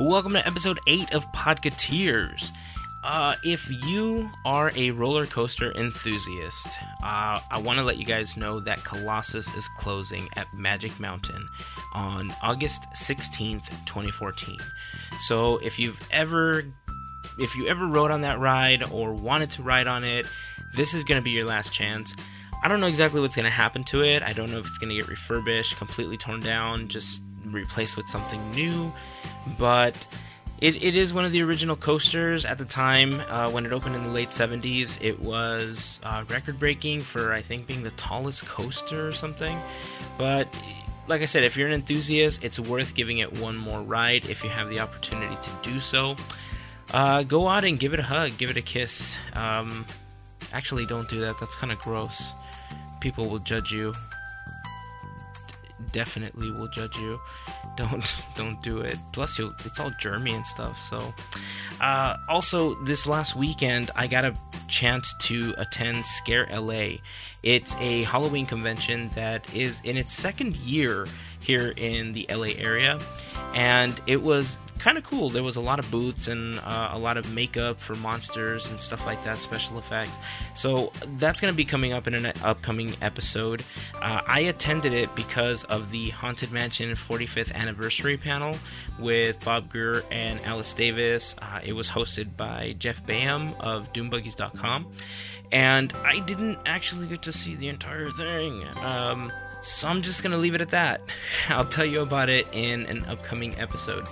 Welcome to episode 8 of Podcateers. Uh, if you are a roller coaster enthusiast, uh, I want to let you guys know that Colossus is closing at Magic Mountain on August 16th, 2014. So if you've ever if you ever rode on that ride or wanted to ride on it, this is going to be your last chance. I don't know exactly what's going to happen to it. I don't know if it's going to get refurbished, completely torn down, just replaced with something new. But it, it is one of the original coasters at the time uh, when it opened in the late 70s. It was uh, record breaking for, I think, being the tallest coaster or something. But like I said, if you're an enthusiast, it's worth giving it one more ride if you have the opportunity to do so uh, go out and give it a hug, give it a kiss. Um, actually, don't do that. That's kind of gross. People will judge you. D- definitely will judge you. Don't don't do it. Plus, you it's all germy and stuff. So, uh, also this last weekend, I got a chance to attend Scare LA. It's a Halloween convention that is in its second year here in the LA area, and it was kind of cool. There was a lot of boots and uh, a lot of makeup for monsters and stuff like that, special effects. So that's going to be coming up in an upcoming episode. Uh, I attended it because of the Haunted Mansion 45th anniversary panel with Bob Greer and Alice Davis. Uh, it was hosted by Jeff Bam of DoomBuggies.com, and I didn't actually get to see the entire thing. Um, so I'm just going to leave it at that. I'll tell you about it in an upcoming episode.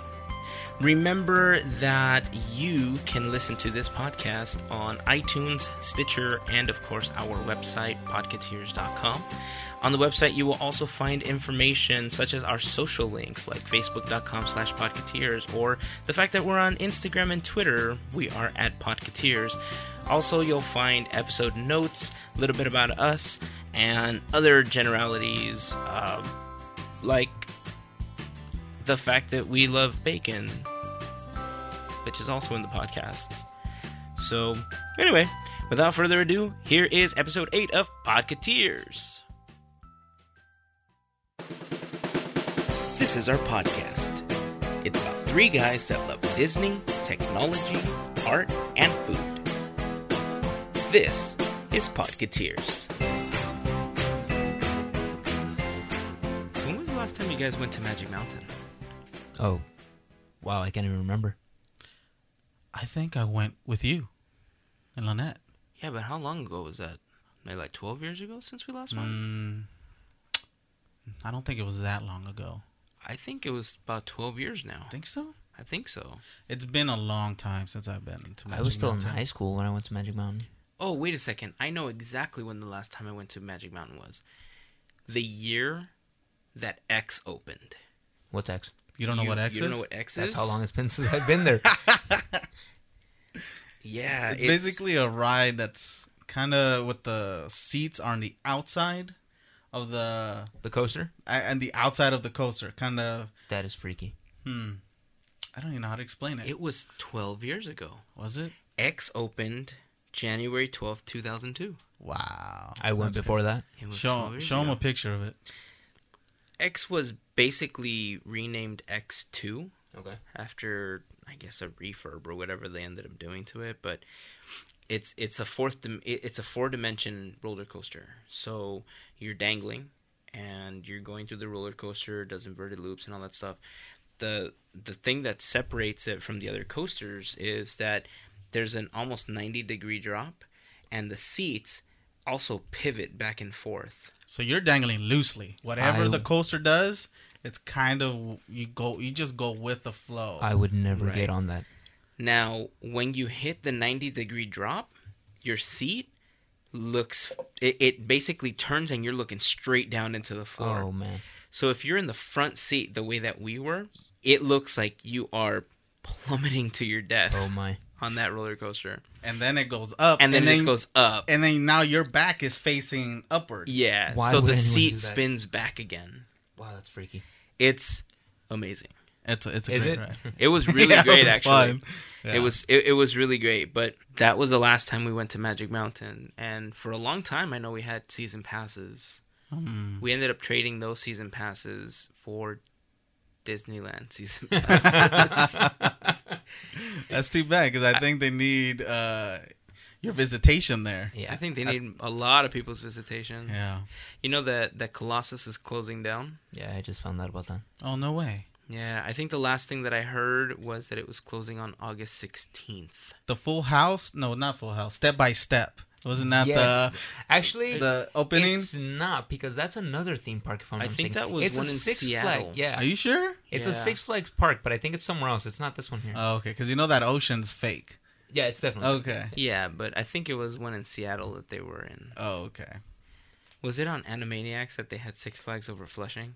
Remember that you can listen to this podcast on iTunes, Stitcher, and of course our website, podcateers.com. On the website, you will also find information such as our social links like facebook.com slash podcateers or the fact that we're on Instagram and Twitter. We are at podcateers. Also, you'll find episode notes, a little bit about us, and other generalities uh, like the fact that we love bacon, which is also in the podcast. So, anyway, without further ado, here is episode 8 of Podcateers. This is our podcast. It's about three guys that love Disney, technology, art, and food. This is Podcateers. When was the last time you guys went to Magic Mountain? Oh, wow! I can't even remember. I think I went with you and Lynette. Yeah, but how long ago was that? Maybe like 12 years ago since we last went? Mm, I don't think it was that long ago. I think it was about 12 years now. Think so? I think so. It's been a long time since I've been to. I was still Mountain. in high school when I went to Magic Mountain. Oh, wait a second. I know exactly when the last time I went to Magic Mountain was. The year that X opened. What's X? You don't know You- what X You is? don't know what X That's is? how long it's been since I've been there. Yeah, it's, basically a ride that's kind of with the seats are on the outside of the the coaster? and the outside of the coaster. Kind of. That is freaky. Hmm. I don't even know how to explain it. It was 12 years ago. Was it? X opened January 12th, 2002. Wow. I went That's before that. It good. was Show 12 years show him ago. a picture of it. X was basically renamed X2. Okay. after I guess a refurb or whatever they ended up doing to it, but it's it's a fourth dim- it- it's a four dimension roller coaster. So you're dangling and you're going through the roller coaster, does inverted loops and all that stuff. The the thing that separates it from the other coasters is that there's an almost 90 degree drop and the seats also pivot back and forth. So you're dangling loosely. Whatever I- the coaster does, it's kind of you go. You just go with the flow. I would never Right. get on that. Now, when you hit the 90 degree drop, your seat looks it, it basically turns and you're looking straight down into the floor. Oh man. So if you're in the front seat the way that we were, it looks like you are plummeting to your death Oh my. on that roller coaster. and then it goes up, And then it just goes up. and then now your back is facing upward. Yeah. Why so would the anyone seat do that? spins back again. Wow, that's freaky. It's amazing. It's a, it's a Is great it? ride. It was really Yeah, it great was actually. fun. Yeah. It was it, it was really great, but that was the last time we went to Magic Mountain and for a long time I know we had season passes. Hmm. We ended up trading those season passes for Disneyland season passes. That's too bad because I think they need uh, your visitation there. Yeah. I think they need a lot of people's visitation. Yeah. You know that that Colossus is closing down. Yeah, I just found out about that. Oh no way. Yeah, I think the last thing that I heard was that it was closing on August sixteenth. The Full House? No, not Full House. Step by Step. Wasn't that Yes. the Actually, the opening? it's not because that's another theme park. If I'm I not think mistaken. that was it's one a in Six Seattle. Flag. Yeah, Are you sure? it's a Yeah. Uh, Six Flags park, but I think it's somewhere else. It's not this one here. Oh, okay, because you know that ocean's fake. yeah, it's definitely oh. Okay. Yeah, but I think it was one in Seattle that they were in. Oh, okay. Was it on Animaniacs that they had Six Flags over Flushing?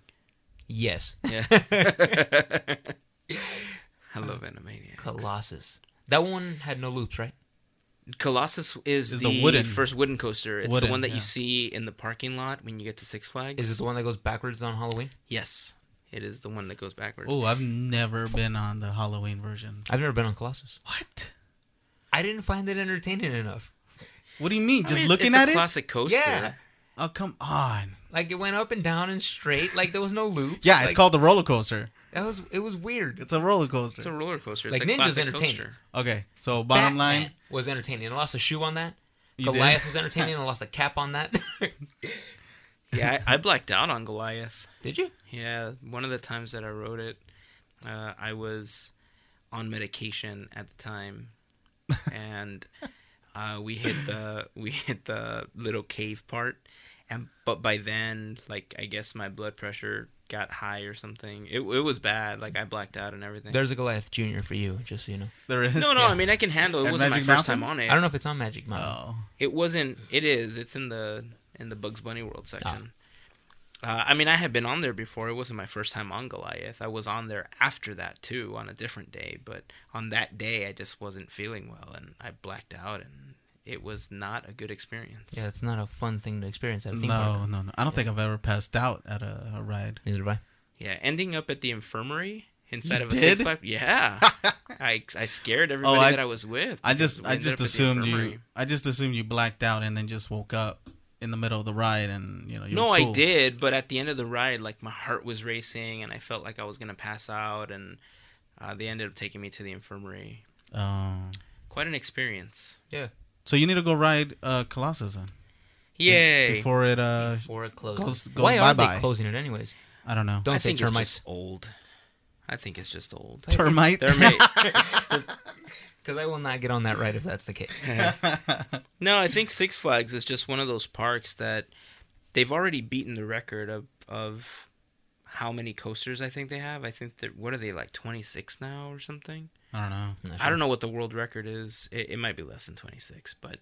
Yes, Yeah. I love Animaniacs. Colossus. That one had no loops, right? Colossus is, Is the, the wooden- first wooden coaster. It's wooden, the one that yeah. you see in the parking lot when you get to Six Flags. Is it the one that goes backwards on Halloween? Yes, it is the one that goes backwards. Oh, I've never been on the Halloween version. I've never been on Colossus. What? I didn't find it entertaining enough. What do you mean? I Just mean, it's- looking it's at a it? classic coaster. Yeah. Oh, come on. Like it went up and down and straight. Like there was no loops. Yeah, it's Like, called the roller coaster. That was it was weird. It's a roller coaster. It's a roller coaster. It's Like a Ninja's classic entertaining. coaster. okay, so bottom Batman line, was entertaining. I lost a shoe on that. You did? Goliath was entertaining. I lost a cap on that. Yeah, I, I blacked out on Goliath. Did you? Yeah, one of the times that I wrote it, uh, I was on medication at the time, and uh, we hit the we hit the little cave part, and but by then, like I guess my blood pressure got high or something. It it was bad. Like I blacked out and everything. There's a Goliath Junior for you, just so you know. there is. no, no. yeah. I mean, I can handle it. It At wasn't Magic my first Mountain? time on it. I don't know if it's on Magic Mountain. Oh, It wasn't. It is. It's in the in the Bugs Bunny World Ah. section. Uh, I mean, I had been on there before. It wasn't my first time on Goliath. I was on there after that too, on a different day. But on that day, I just wasn't feeling well, and I blacked out, and it was not a good experience. Yeah, it's not a fun thing to experience at a theme no, park. no, no. I don't think I've ever passed out at a, a ride. Neither have I. Yeah, ending up at the infirmary inside You of a six did? Oh, five. Yeah, I I scared everybody I- that I was with. I because just, we I ended up just at the assumed you, infirmary. I just assumed you blacked out and then just woke up in the middle of the ride and you know. You No, were I cool. did, but at the end of the ride, like my heart was racing and I felt like I was gonna pass out, and uh, they ended up taking me to the infirmary. Um, Quite an experience. Yeah. so you need to go ride uh, Colossus then. Yay! Before it, uh, Before it closes. Goes- goes Why are bye-bye. they closing it anyways? I don't know. Don't I say think it's termites. just old. I think it's just old. Termite. They're made. Because I will not get on that ride if that's the case. No, I think Six Flags is just one of those parks that they've already beaten the record of of how many coasters I think they have. I think that what are they like twenty six now or something. I don't know. I'm not I sure. don't know what the world record is. It, it might be less than 26, but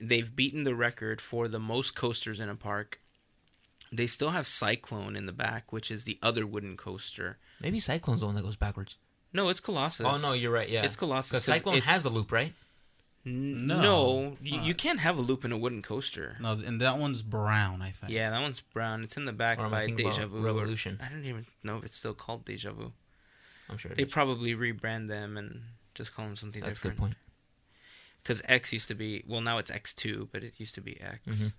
they've beaten the record for the most coasters in a park. They still have Cyclone in the back, which is the other wooden coaster. Maybe Cyclone's the one that goes backwards. No, it's Colossus. Oh no, you're right. Yeah, It's Colossus, 'Cause 'cause Cyclone it's- has the loop, right? N- No. no. you, you can't have a loop in a wooden coaster. No, and that one's brown, I think. Yeah, that one's brown. It's in the back Or am I by thinking Deja about Vu. or- Revolution? I don't even know if it's still called Deja Vu. I'm sure. it They is. probably rebrand them and just call them something That's a different. good point. because X used to be well now it's X two, but it used to be X. Mhm.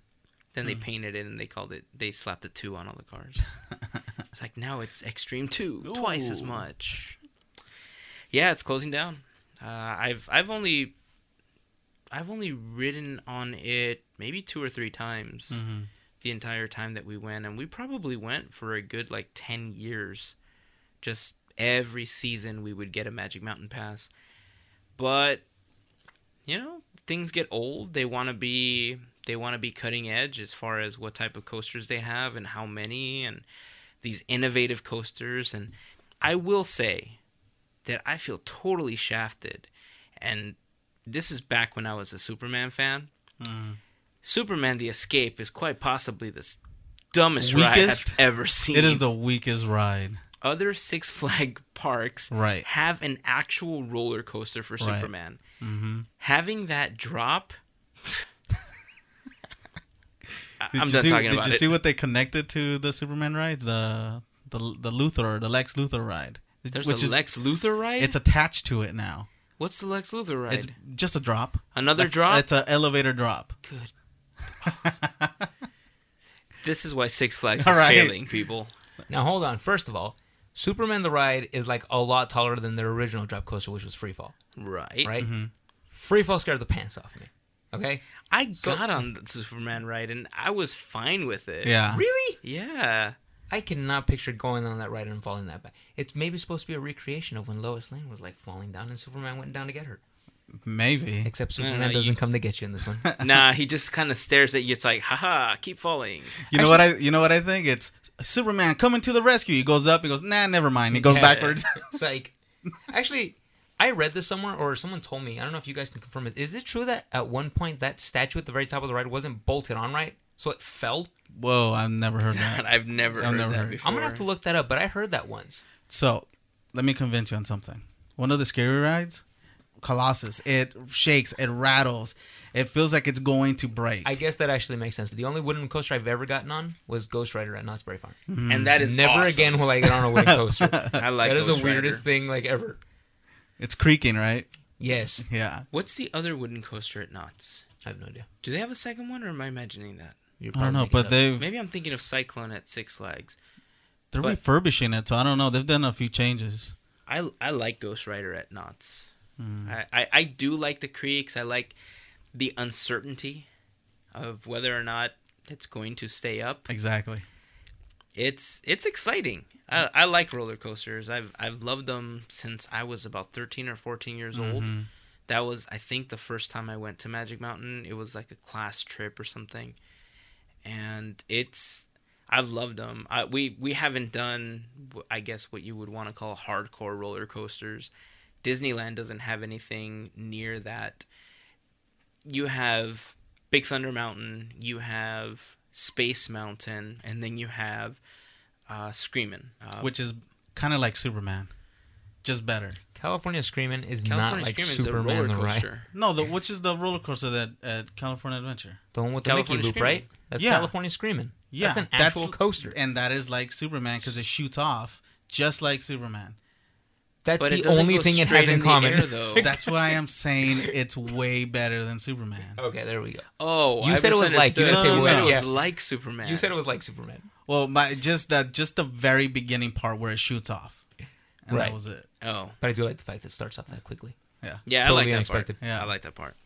Then they painted it and they called it they slapped a two on all the cars. it's like now it's Extreme Two, twice as Ooh. much. Yeah, it's closing down. Uh, I've I've only I've only ridden on it maybe two or three times Mhm. the entire time that we went, and we probably went for a good like ten years. Just every season we would get a Magic Mountain pass, but you know things get old they want to be they want to be cutting edge as far as what type of coasters they have and how many and these innovative coasters and i will say that i feel totally shafted and this is back when i was a superman fan Mm. superman the escape is quite possibly the s- dumbest ride Weakest? i've ever seen It is the weakest ride. other Six Flag parks Right. have an actual roller coaster for Right. Mm-hmm. Superman. Having that drop, I- Did I'm you done see, talking Did about you it. see what they connected to the Superman rides? The the the Luthor, the Lex Luthor ride. There's which a is, Lex Luthor ride. It's attached to it now. What's the Lex Luthor ride? It's just a drop. Another Like, drop. It's an elevator drop. Good. this is why Six Flags All is right. failing, people. Now hold on. First of all, Superman the Ride is like a lot taller than their original drop coaster, which was Freefall, Right. right? Freefall scared the pants off me. Okay, I got on the Superman ride and I was fine with it. Yeah. really? Yeah. I cannot picture going on that ride and falling that bad. It's maybe supposed to be a recreation of when Lois Lane was like falling down and Superman went down to get her. Maybe. Except no, Superman you- doesn't come to get you in this one. nah, he just kind of stares at you. It's like, haha, keep falling. You know what I? You know what I think? It's Superman coming to the rescue. He goes up. He goes, nah, never mind. He goes Yeah. backwards. It's like, actually, I read this somewhere, or someone told me. I don't know if you guys can confirm it. Is it true that at one point that statue at the very top of the ride wasn't bolted on right, so it fell? Whoa, I've never heard And that. I've never I've heard never that heard. before. I'm gonna have to look that up, but I heard that once. So, let me convince you on something. One of the scary rides, Colossus. It shakes. It rattles. It feels like it's going to break. I guess that actually makes sense. The only wooden coaster I've ever gotten on was Ghost Rider at Knott's Berry Farm. Hmm. And that is Never awesome. again will I get on a wooden coaster. I like that is Ghost the Rider. weirdest thing like ever. it's creaking, right? Yes, Yeah. What's the other wooden coaster at Knott's? I have no idea. Do they have a second one, or am I imagining that? You're I probably don't know, making but it up. they've Maybe I'm thinking of Cyclone at Six Flags. they're but- refurbishing it, so I don't know. They've done a few changes. I I like Ghost Rider at Knott's. I, I I do like the creaks. I like the uncertainty of whether or not it's going to stay up. Exactly. It's it's exciting. I, I like roller coasters. I've I've loved them since I was about thirteen or fourteen years old. That was I think the first time I went to Magic Mountain. It was like a class trip or something, and it's I've loved them. I, we we haven't done I guess what you would want to call hardcore roller coasters. Disneyland doesn't have anything near that. You have Big Thunder Mountain, you have Space Mountain, and then you have uh, Screamin'. Uh, Which is kind of like Superman, just better. California Screamin' is California not like Screamin's Superman a roller the Ride. coaster. No, the which is the roller coaster that at California Adventure. The one with the California Mickey loop, Screamin'. right? That's Yeah. California Screamin'. that's an actual coaster. and that is like Superman because it shoots off just like Superman. That's But it the doesn't only go thing it straight has in, the common. air, though. That's why I'm saying it's way better than Superman. okay, there we go. oh, You I said it was like- you misunderstood. didn't say You well. said it was Yeah. like Superman. You said it was like Superman. Well, my just that just the very beginning part where it shoots off, and that Right. was it. Oh, But I do like the fact that it starts off that quickly. Yeah. Yeah, Totally I like that unexpected. part. Yeah. I like that part.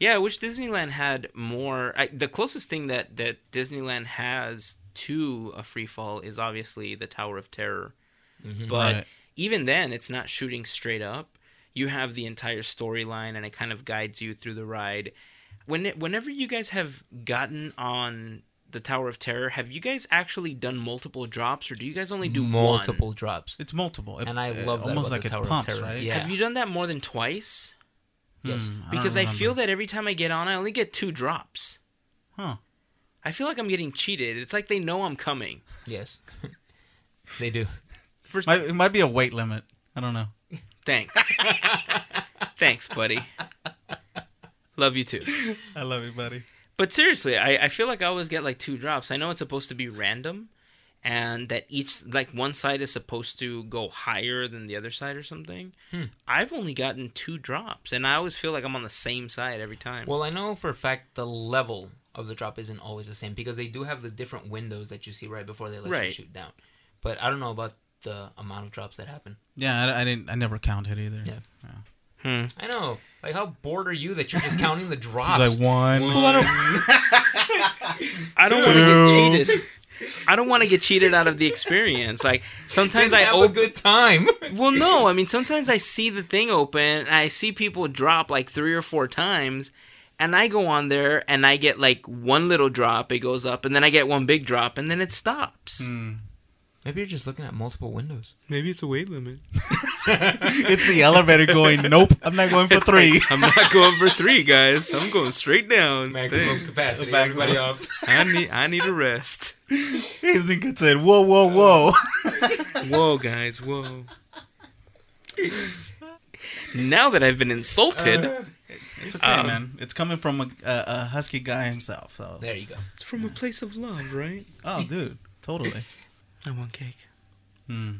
Yeah, I wish Disneyland had more. I, the closest thing that that Disneyland has to a free fall is obviously the Tower of Terror, Mm-hmm. but Right. even then, it's not shooting straight up. You have the entire storyline, and it kind of guides you through the ride. When it- whenever you guys have gotten on the Tower of Terror, have you guys actually done multiple drops, or do you guys only do Multiple One? drops. It's multiple, It- And I it love that almost about like the it Tower of pumps, Terror. right? Yeah. Have you done that more than twice? Yes. don't because I, remember. feel that every time I get on, I only get two drops. Huh. I feel like I'm getting cheated. It's like they know I'm coming. Yes. they do. For, Might, it might be a weight limit. I don't know. thanks, thanks, buddy. Love you too. I love you, buddy. But seriously, I, I feel like I always get like two drops. I know it's supposed to be random, and that each like one side is supposed to go higher than the other side or something. I've only gotten two drops, and I always feel like I'm on the same side every time. Well, I know for a fact the level of the drop isn't always the same because they do have the different windows that you see right before they let you Right. shoot down. But I don't know about the amount of drops that happen. Yeah, I, I didn't. I never counted either. Yeah. Hmm. I know. Like, how bored are you that you're just counting the drops? It's like one. Well, I I don't- don't want to get cheated. I don't want to get cheated out of the experience. Like sometimes I have a open. good time. Well, no, I mean sometimes I see the thing open and I see people drop like three or four times, and I go on there and I get like one little drop. It goes up, and then I get one big drop, and then it stops. Maybe you're just looking at multiple windows. Mm, Maybe it's a weight limit. it's the elevator going. Nope, I'm not going for three. I'm not going for three, guys. I'm going straight down. capacity. Maximum. everybody off. I need I need a rest. He's thinking, said, "Whoa, whoa, whoa." Whoa, guys, whoa. Now that I've been insulted. It's okay, man. It's coming from a, a, a husky guy himself. So, There you go. It's from a place of love, right? oh, dude, totally. I want cake. Hmm.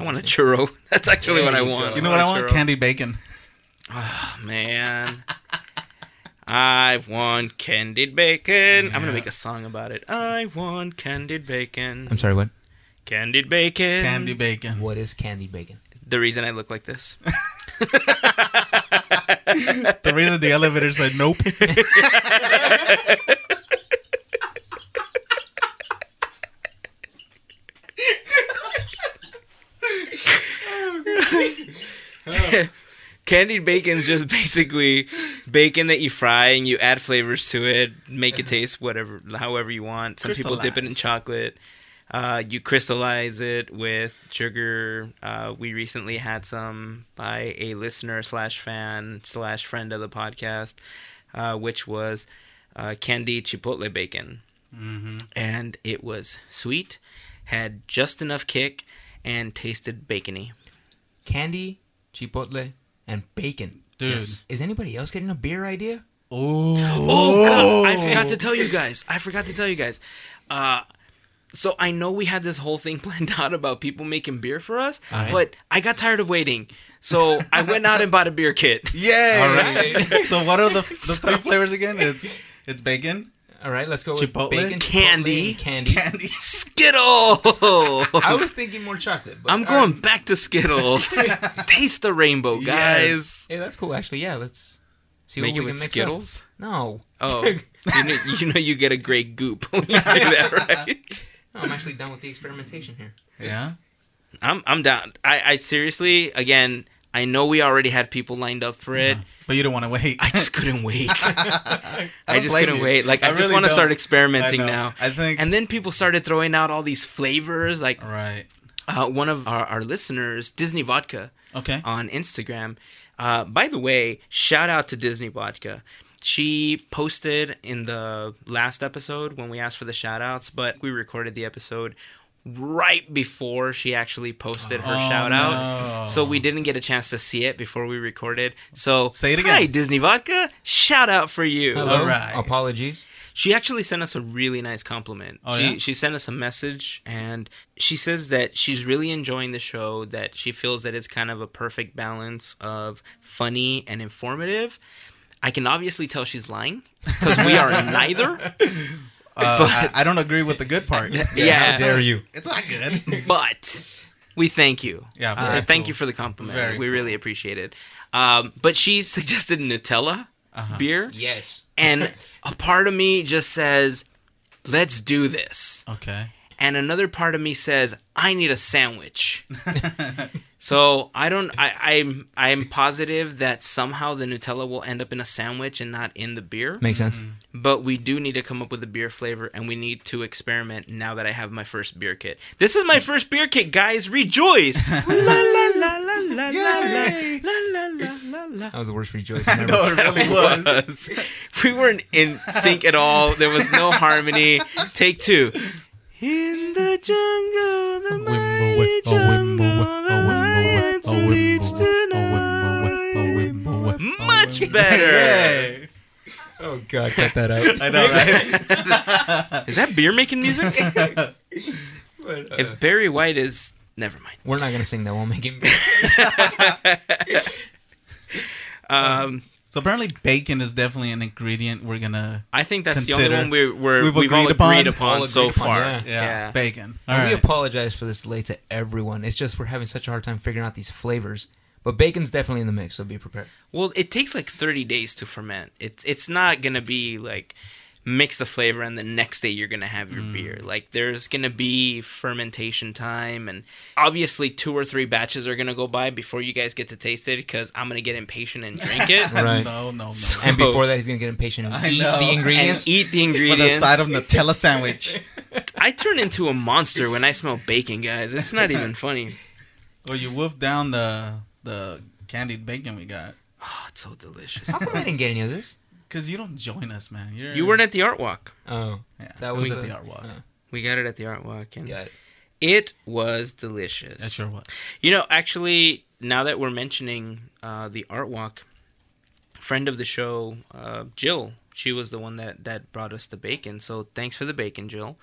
I want a churro. That's actually what I There you want. go. You know what I a want? churro. Candy bacon. Oh, man. I want candied bacon. I'm gonna make a song about it. I want candied bacon. I'm sorry, what? Candied bacon. Candy bacon. What is candied bacon? The reason I look like this. The reason the elevator said nope. Candied bacon's just basically bacon that you fry and you add flavors to it, make it taste whatever, however you want. Some people dip it in Crystallize. chocolate. Uh, you crystallize it with sugar. Uh, we recently had some by a listener slash fan slash friend of the podcast, uh, which was uh, candied chipotle bacon, and it was sweet, had just enough kick, and tasted bacony. Candy, chipotle, and bacon. Dude. Yes. Is anybody else getting a beer idea? Oh. Oh, God, I forgot to tell you guys. I forgot to tell you guys. Uh, so I know we had this whole thing planned out about people making beer for us, Alright. but I got tired of waiting. So I went out and bought a beer kit. Yay! All right. So what are the, the three flavors again? It's it's bacon, All right, let's go with Chipotle, bacon, chipotle, candy, and candy. candy. Skittle. I was thinking more chocolate. But I'm all right. going back to Skittles. Taste the rainbow, guys. Hey, that's cool. Actually, yeah, let's see Make what it we can with mix up. Skittles. No. Oh, you know, you know you get a great goop when you do that, right? No, I'm actually done with the experimentation here. Yeah. I'm I'm down. I, I seriously, again, I know we already had people lined up for it. But you don't want to wait. I just couldn't wait. I, don't just blame couldn't you. wait. Like I, I just really want to don't. start I experimenting know. now. I think- And then people started throwing out all these flavors. Like All right. uh, one of our, our listeners, Disney Vodka, Okay. on Instagram. Uh, by the way, shout out to Disney Vodka. She posted in the last episode when we asked for the shout outs, but we recorded the episode right before she actually posted her Oh, shout out. no. So we didn't get a chance to see it before we recorded. So Oh. Say it again. Hi, Disney Vodka. Shout out for you. Hello. All right. Apologies. She actually sent us a really nice compliment. Oh, she yeah? she sent us a message and she says that she's really enjoying the show, that she feels that it's kind of a perfect balance of funny and informative. I can obviously tell she's lying because we are neither, Uh, I, I don't agree with the good part. Yeah. How dare you? It's not good. but we thank you. Yeah, Uh, very thank cool. you for the compliment. Very we really appreciate it. Um, but she suggested Nutella Uh-huh. beer, Yes. and a part of me just says, "Let's do this." Okay. and another part of me says i need a sandwich so i don't I, i'm i'm positive that somehow the nutella will end up in a sandwich and not in the beer Makes sense. but we do need to come up with a beer flavor and we need to experiment now that i have my first beer kit this is my first beer kit guys rejoice la la la la la la Yay. la la la la la That was the worst rejoice ever. No, it really was. was. We weren't in sync at all. There was no harmony. Take two. In the jungle, the mighty jungle, the lion sleeps tonight. Much better. Yay. Oh god, cut that out. I know, right? Is that beer making music? If Barry White is, never mind. We're not gonna sing that. We'll make him. Um, So apparently, bacon is definitely an ingredient we're gonna. I think that's the Consider. only one we, we're, we've, We've all agreed upon. agreed upon All agreed so upon, far. yeah. Yeah, Yeah. bacon. All And We right. apologize for this delay to everyone. It's just we're having such a hard time figuring out these flavors. But bacon's definitely in the mix, so be prepared. Well, it takes like 30 days to ferment. It's it's not going to be like mix the flavor and the next day you're going to have your beer. Like there's going to be fermentation time and obviously two or three batches are going to go by before you guys get to taste it cuz I'm going to get impatient and drink it. Right. No, no, no. So- And before that, he's gonna get impatient and eat know. the and ingredients. eat the For the ingredients. side of Nutella sandwich, I turn into a monster when I smell bacon, guys. It's not even funny. or you wolf down the the candied bacon we got. Oh, it's so delicious. How come I didn't get any of this? Cause you don't join us, man. You're, You weren't at the art walk. Oh, Yeah, that it was, was at a- the art walk. oh, We got it at the art walk and got it. it was delicious. That sure was. You know, actually, now that we're mentioning uh, the art walk, friend of the show, uh, Jill, she was the one that, that brought us the bacon. So thanks for the bacon, Jill.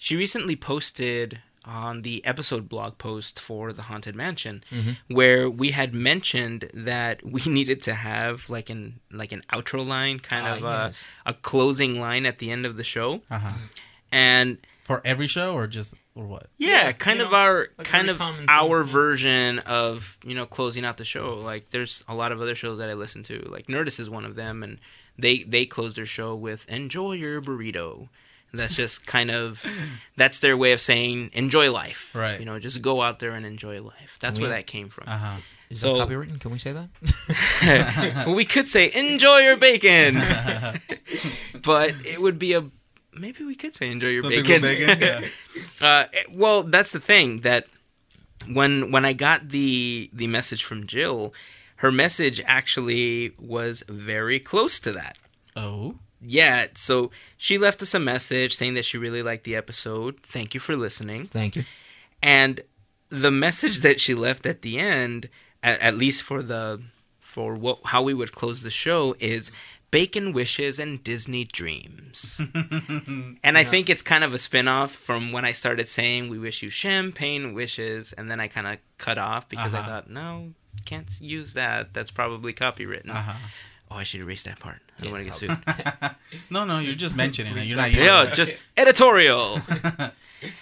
She recently posted on the episode blog post for the Haunted Mansion, Mm-hmm. where we had mentioned that we needed to have like an like an outro line, kind Ah, of a, yes. a closing line at the end of the show, Uh huh. and For every show or just or what? Yeah, Yeah, kind you of know, our like kind every of common our thing. version of you know closing out the show. Like there's a lot of other shows that I listen to. Like Nerdist is one of them, and they they close their show with "Enjoy your burrito." And That's just kind of that's their way of saying enjoy life. Right. You know, just go out there and enjoy life. That's where We- that came from. Uh huh. Is So- that copywritten? Can we say that? well, we could say enjoy your bacon, but it would be a maybe we could say enjoy your Something bacon. with bacon. Yeah. Uh, it- well, that's the thing that when when I got the the message from Jill, her message actually was very close to that. Oh. Yeah, so she left us a message saying that she really liked the episode. Thank you for listening. Thank you. And the message that she left at the end, at, at least for the for what how we would close the show is bacon wishes and disney dreams and i think it's kind of a spin-off from when i started saying we wish you champagne wishes and then i kind of cut off because i Uh-huh. thought no can't use that that's probably copywritten Uh huh. oh i should erase that part i don't Yeah, want to get I'll- sued No, no, you're just mentioning it. You're not. using yeah, it. just editorial.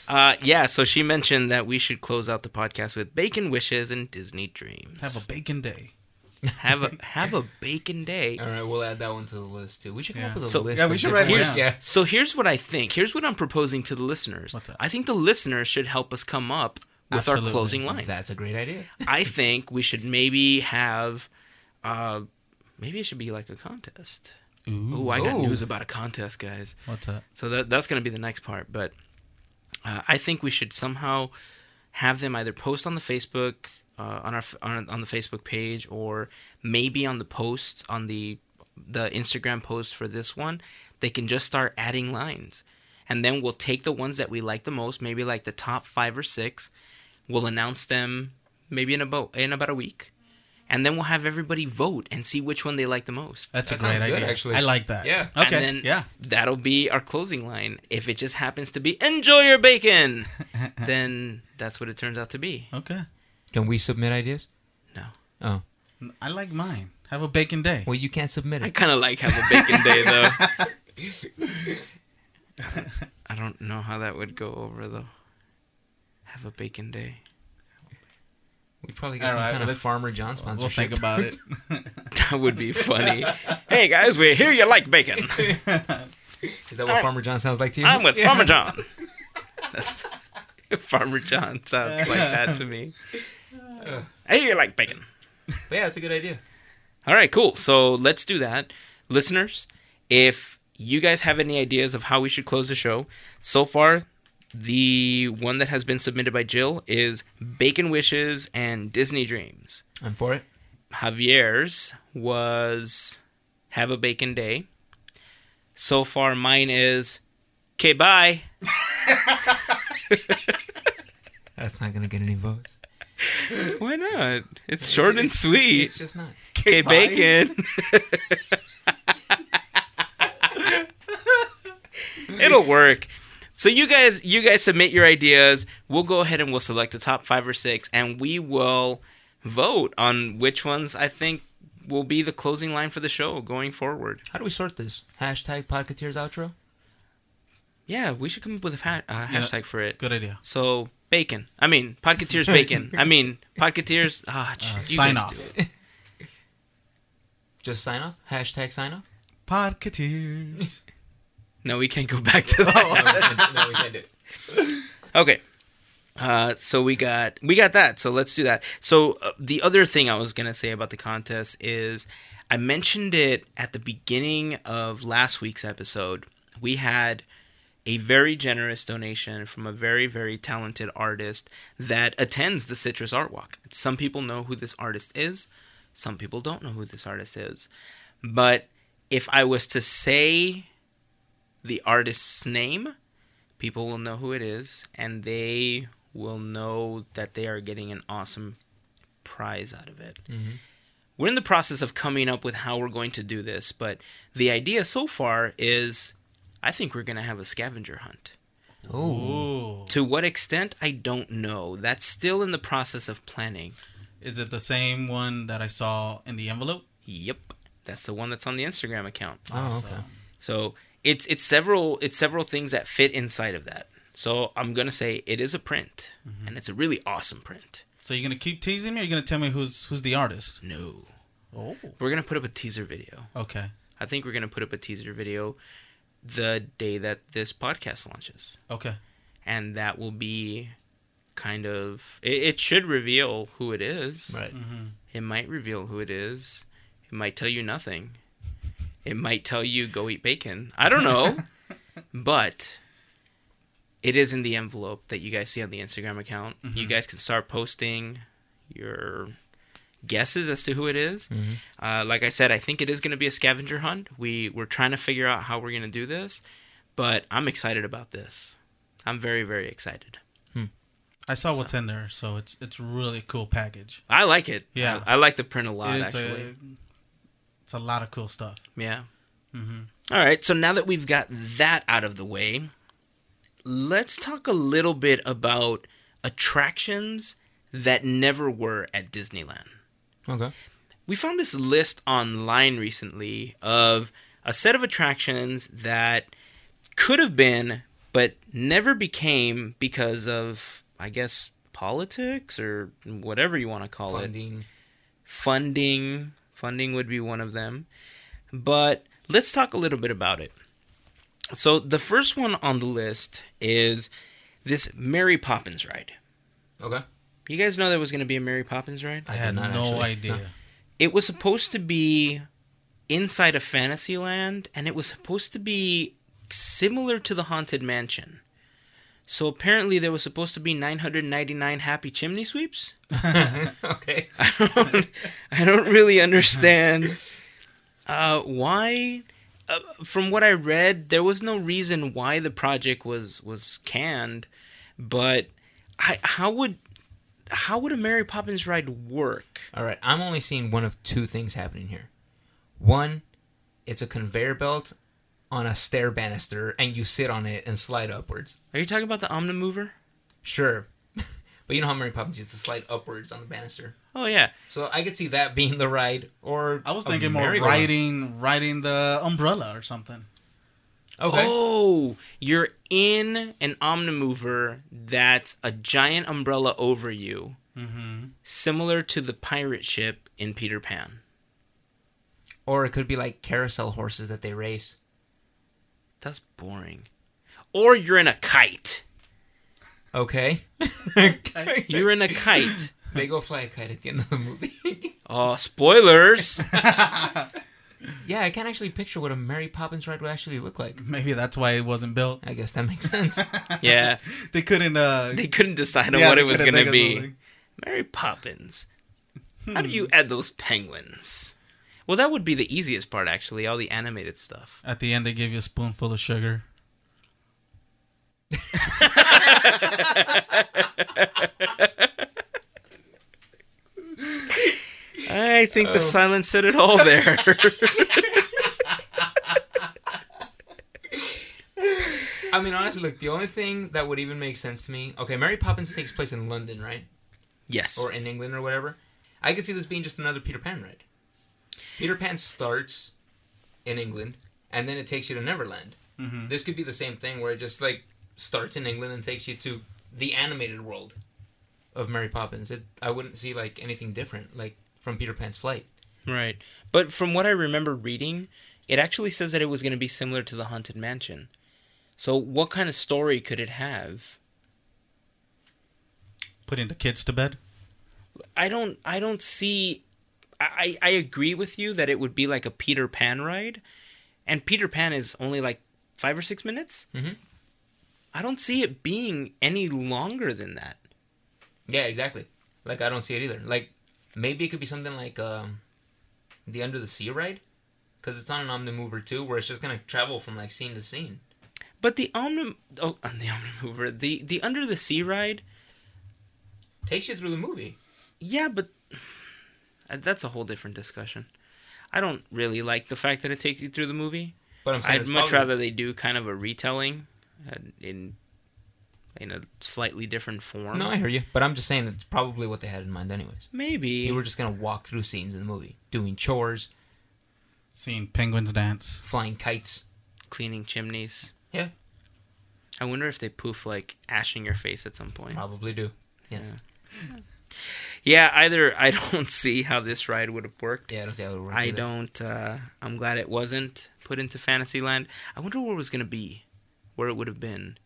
uh, yeah, so she mentioned that we should close out the podcast with bacon wishes and Disney dreams. have a bacon day. have a, have a bacon day. All right, we'll add that one to the list too. We should come Yeah. up with a So- list. yeah, of we should different write it ones. Yeah. down. So here's what I think. Here's what I'm proposing to the listeners. What's that? I think the listeners should help us come up with Absolutely. our closing line. That's a great idea. I think we should maybe have, uh, maybe it should be like a contest. Ooh, I got Ooh. news about a contest, guys. What's up? So that that's going to be the next part. But uh, I think we should somehow have them either post on the Facebook uh, on our on, on the Facebook page or maybe on the post on the the Instagram post for this one. They can just start adding lines, and then we'll take the ones that we like the most, maybe like the top five or six. We'll announce them maybe in about in about a week, and then we'll have everybody vote and see which one they like the most. That's a That great sounds good, idea. actually. I like that. Yeah. Okay. And then yeah. that'll be our closing line. If it just happens to be enjoy your bacon, then that's what it turns out to be. Okay. Can we submit ideas? No. Oh, I like mine. Have a bacon day. well, you can't submit I it. kind of like have a bacon day though. I don't know how that would go over though. Have a bacon day. We probably got All some right, kind of let's- Farmer John We'll sponsorship. think about it. That would be funny. hey guys, we hear you like bacon. Is that what Farmer John sounds like to you? I'm with Farmer John. That's, Farmer John sounds like that to me. I hear you like bacon. But yeah, it's a good idea. All right, cool. So let's do that. Listeners, if you guys have any ideas of how we should close the show, so far, the one that has been submitted by Jill is Bacon Wishes and Disney Dreams. I'm for it. Javier's was Have a Bacon Day. So far, mine is Okay, bye. That's not gonna get any votes. Why not? It's short and sweet. It's just not. Okay, bacon. It'll work. So you guys, you guys submit your ideas. We'll go ahead and we'll select the top five or six, and we will vote on which ones I think will be the closing line for the show going forward. How do we sort this? Hashtag Podcateers outro. Yeah, we should come up with a ha- uh, Yeah. hashtag for it. Good idea. So bacon. I mean, Podketeers bacon. I mean, Podketeers. Ah, Uh, jeez, you sign guys off. do it. Just sign off. Hashtag sign off. Podcateers. No, we can't go back to that. Oh, no, we can't do it. Okay. Uh, so we got we got that. So let's do that. So uh, the other thing I was gonna say about the contest is I mentioned it at the beginning of last week's episode. We had a very generous donation from a very very talented artist that attends the Citrus Art Walk. Some people know who this artist is. Some people don't know who this artist is. But if I was to say the artist's name, people will know who it is and they will know that they are getting an awesome prize out of it. We're in the process of coming up with how we're going to do this, but the idea so far is I think we're going to have a scavenger hunt. Oh, Ooh. To what extent, I don't know. That's still in the process of planning. Is it the same one that I saw in the envelope? Yep. That's the one that's on the Instagram account. oh okay. So it's it's several it's several things that fit inside of that. So I'm gonna say it is a print, and it's a really awesome print. So you're gonna keep teasing me, or you're gonna tell me who's who's the artist? No, Oh, we're gonna put up a teaser video. okay, I think we're gonna put up a teaser video the day that this podcast launches, okay. and that will be kind of it, it should reveal who it is. Right. It might reveal who it is. It might tell you nothing. It might tell you go eat bacon. I don't know. but it is in the envelope that you guys see on the Instagram account. You guys can start posting your guesses as to who it is. Uh, like I said, I think it is going to be a scavenger hunt. We we're trying to figure out how we're going to do this, but I'm excited about this. I'm very very excited. I saw what's in there, so it's it's really cool package. I like it. Yeah. uh, I, I like the print a lot it's actually. a it's a lot of cool stuff. Yeah. All right. So now that we've got that out of the way, let's talk a little bit about attractions that never were at Disneyland. Okay. We found this list online recently of a set of attractions that could have been, but never became because of, I guess, politics or whatever you want to call it Funding. funding funding would be one of them but let's talk a little bit about it so the first one on the list is this mary poppins ride Okay. you guys know there was going to be a mary poppins ride I, did had no not actually. idea. it was supposed to be inside of Fantasyland, and it was supposed to be similar to the Haunted Mansion. So apparently, there was supposed to be 999 happy chimney sweeps. okay. don't- I don't really understand uh, why. Uh, from what I read, there was no reason why the project was was canned, but I, how would how would a Mary Poppins ride work? All right. I'm only seeing one of two things happening here. One, it's a conveyor belt on a stair banister, and you sit on it and slide upwards. Are you talking about the Omnimover? Sure. but you know how Mary Poppins used to slide upwards on the banister? Oh yeah, So I could see that being the ride, or I was Oh, a thinking more merry-go-round. riding riding the umbrella or something. Okay. Oh, you're in an Omnimover that's a giant umbrella over you, similar to the pirate ship in Peter Pan. Or it could be like carousel horses that they race. That's boring. Or you're in a kite. Okay. You're in a kite. they go fly a kite at the end of the movie. Oh, spoilers. yeah, I can't actually picture what a Mary Poppins ride would actually look like. Maybe that's why it wasn't built. I guess that makes sense. Yeah, They couldn't. Uh, they couldn't decide on yeah, what they it was couldn't think going to of be. something. Hmm. Mary Poppins. How do you add those penguins? Well, that would be the easiest part, actually, all the animated stuff. At the end, they give you a spoonful of sugar. I think Oh. the silence said it all there. I mean, honestly, look, the only thing that would even make sense to me. Okay, Mary Poppins takes place in London, right? yes. Or in England or whatever. I could see this being just another Peter Pan ride. Peter Pan starts in England and then it takes you to Neverland. This could be the same thing where it just like starts in England and takes you to the animated world of Mary Poppins. It, I wouldn't see like anything different like from Peter Pan's flight. Right. But from what I remember reading, it actually says that it was going to be similar to the Haunted Mansion. So what kind of story could it have? Putting the kids to bed. I don't I don't see I I I agree with you that it would be like a Peter Pan ride and Peter Pan is only like 5 or 6 minutes. Mhm. I don't see it being any longer than that. Yeah, exactly. Like I don't see it either. Like maybe it could be something like um, the Under the Sea ride, because it's on an Omnimover too, where it's just gonna travel from like scene to scene. But the Omni oh, on the Omnimover, the the Under the Sea ride, Takes you through the movie. Yeah, but uh, that's a whole different discussion. I don't really like the fact that it takes you through the movie. But I'm saying I'd it's much probably- rather they do kind of a retelling uh, in in a slightly different form. No, I hear you. But I'm just saying it's probably what they had in mind, anyways. Maybe. You were just gonna walk through scenes in the movie, doing chores, Seeing penguins dance. flying kites. cleaning chimneys. Yeah. I wonder if they poof like ash in your face at some point. Probably do. Yeah. Yeah, either I don't see how this ride would have worked. Yeah, I don't see how it would work. I either. don't. Uh, I'm glad it wasn't put into Fantasyland. I wonder where it was gonna be, where it would have been.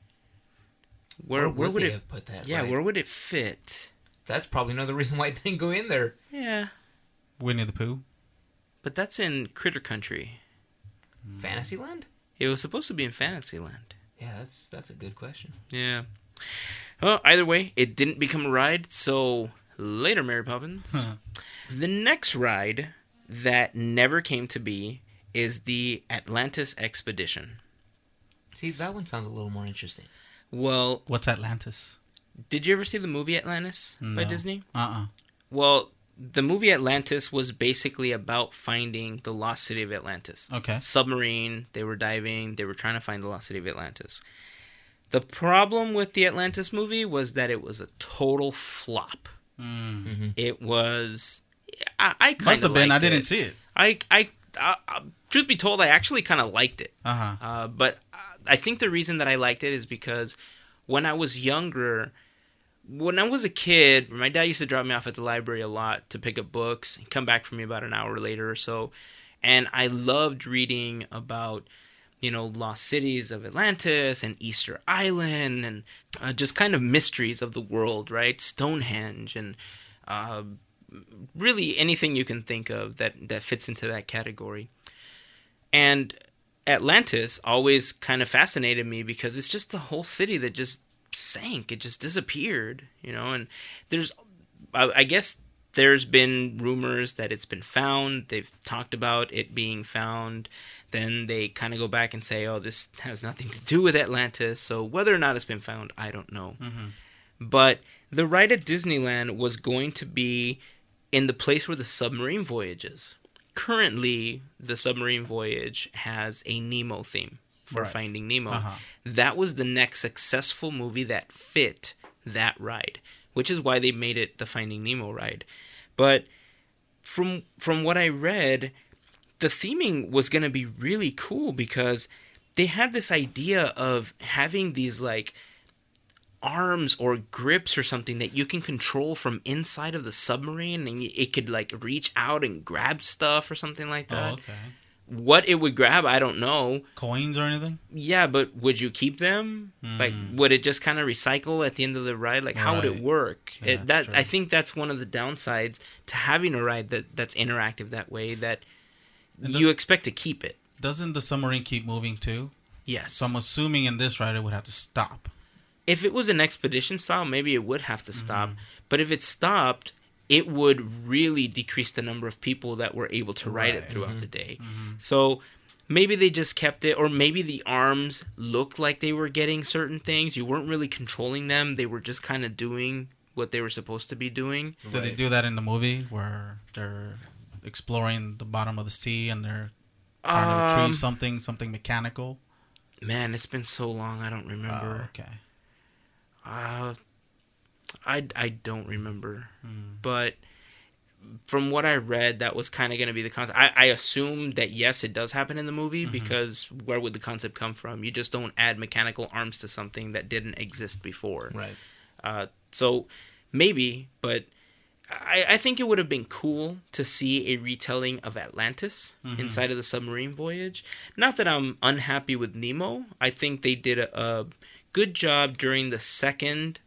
Where Where, where would they it? have put that? Yeah, right? where would it fit? that's probably another reason why it didn't go in there. Yeah, Winnie the Pooh. but that's in Critter Country. Hmm. Fantasyland? It was supposed to be in Fantasyland. Yeah, that's that's a good question. Yeah. Well, either way, it didn't become a ride. So later, Mary Poppins. Huh. The next ride that never came to be is the Atlantis Expedition. See, that one sounds a little more interesting. Well, What's Atlantis? did you ever see the movie Atlantis by No. Disney? Uh uh Well, the movie Atlantis was basically about finding the lost city of Atlantis. Okay. Submarine, they were diving, they were trying to find the lost city of Atlantis. The problem with the Atlantis movie was that it was a total flop. It was. I, I kind Must have been. I didn't see it. I, I, I, I- truth be told, I actually kind of liked it. Uh huh. Uh, but I- I think the reason that I liked it is because when I was younger, when I was a kid, my dad used to drop me off at the library a lot to pick up books and come back for me about an hour later or so. And I loved reading about, you know, lost cities of Atlantis and Easter Island and uh, just kind of mysteries of the world, right? Stonehenge and uh, really anything you can think of that, that fits into that category. And Atlantis always kind of fascinated me because it's just the whole city that just sank. It just disappeared, you know. And there's, I, I guess, there's been rumors that it's been found. They've talked about it being found. Then they kind of go back and say, oh, this has nothing to do with Atlantis. So whether or not it's been found, I don't know. But the ride at Disneyland was going to be in the place where the submarine voyage is. Currently, the submarine voyage has a Nemo theme for Right. Finding Nemo. Uh-huh. That was the next successful movie that fit that ride, which is why they made it the Finding Nemo ride. But from from what I read, the theming was going to be really cool because they had this idea of having these like arms or grips or something that you can control from inside of the submarine and it could like reach out and grab stuff or something like that. Oh, okay. What it would grab, I don't know. Coins or anything? Yeah, but would you keep them? Like would it just kind of recycle at the end of the ride? Like how would it Hmm. Right. work? Yeah, it, that that's I true. think that's one of the downsides to having a ride that that's interactive that way that And the- you expect to keep it. Doesn't the submarine keep moving too? Yes. So I'm assuming in this ride it would have to stop. if it was an expedition style, maybe it would have to Mm-hmm. stop. But if it stopped, it would really decrease the number of people that were able to ride it Right. Mm-hmm. throughout the day. So maybe they just kept it, or maybe the arms looked like they were getting certain things. You weren't really controlling them, they were just kind of doing what they were supposed to be doing. Do they do that in the movie where they're exploring the bottom of the sea and they're trying to Um, retrieve something, something mechanical? Man, it's been so long, I don't Oh, remember. okay. Uh, I, I don't remember. But from what I read, that was kind of going to be the concept. I, I assume that, yes, it does happen in the movie because where would the concept come from? You just don't add mechanical arms to something that didn't exist before. Right. Uh, so maybe, but I, I think it would have been cool to see a retelling of Atlantis Mm-hmm. inside of the submarine voyage. Not that I'm unhappy with Nemo. I think they did a, a good job during the second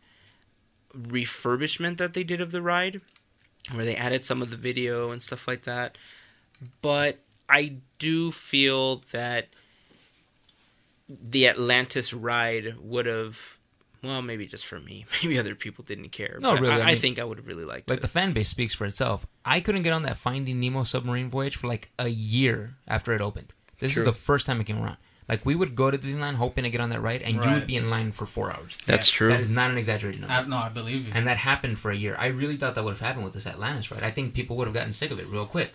refurbishment that they did of the ride, where they added some of the video and stuff like that. But I do feel that the Atlantis ride would have. Well, maybe just for me. Maybe other people didn't care. No, but really, I, I I mean- think I would have really liked Like it. the fan base speaks for itself. I couldn't get on that Finding Nemo submarine voyage for like a year after it opened. This True. is the first time it came around. Like we would go to Disneyland hoping to get on that ride, and you would Right. be in line for four hours. That's Yes. true. That is not an exaggerated number. I, no, I believe you. and that happened for a year. I really thought that would have happened with this Atlantis ride. I think people would have gotten sick of it real quick.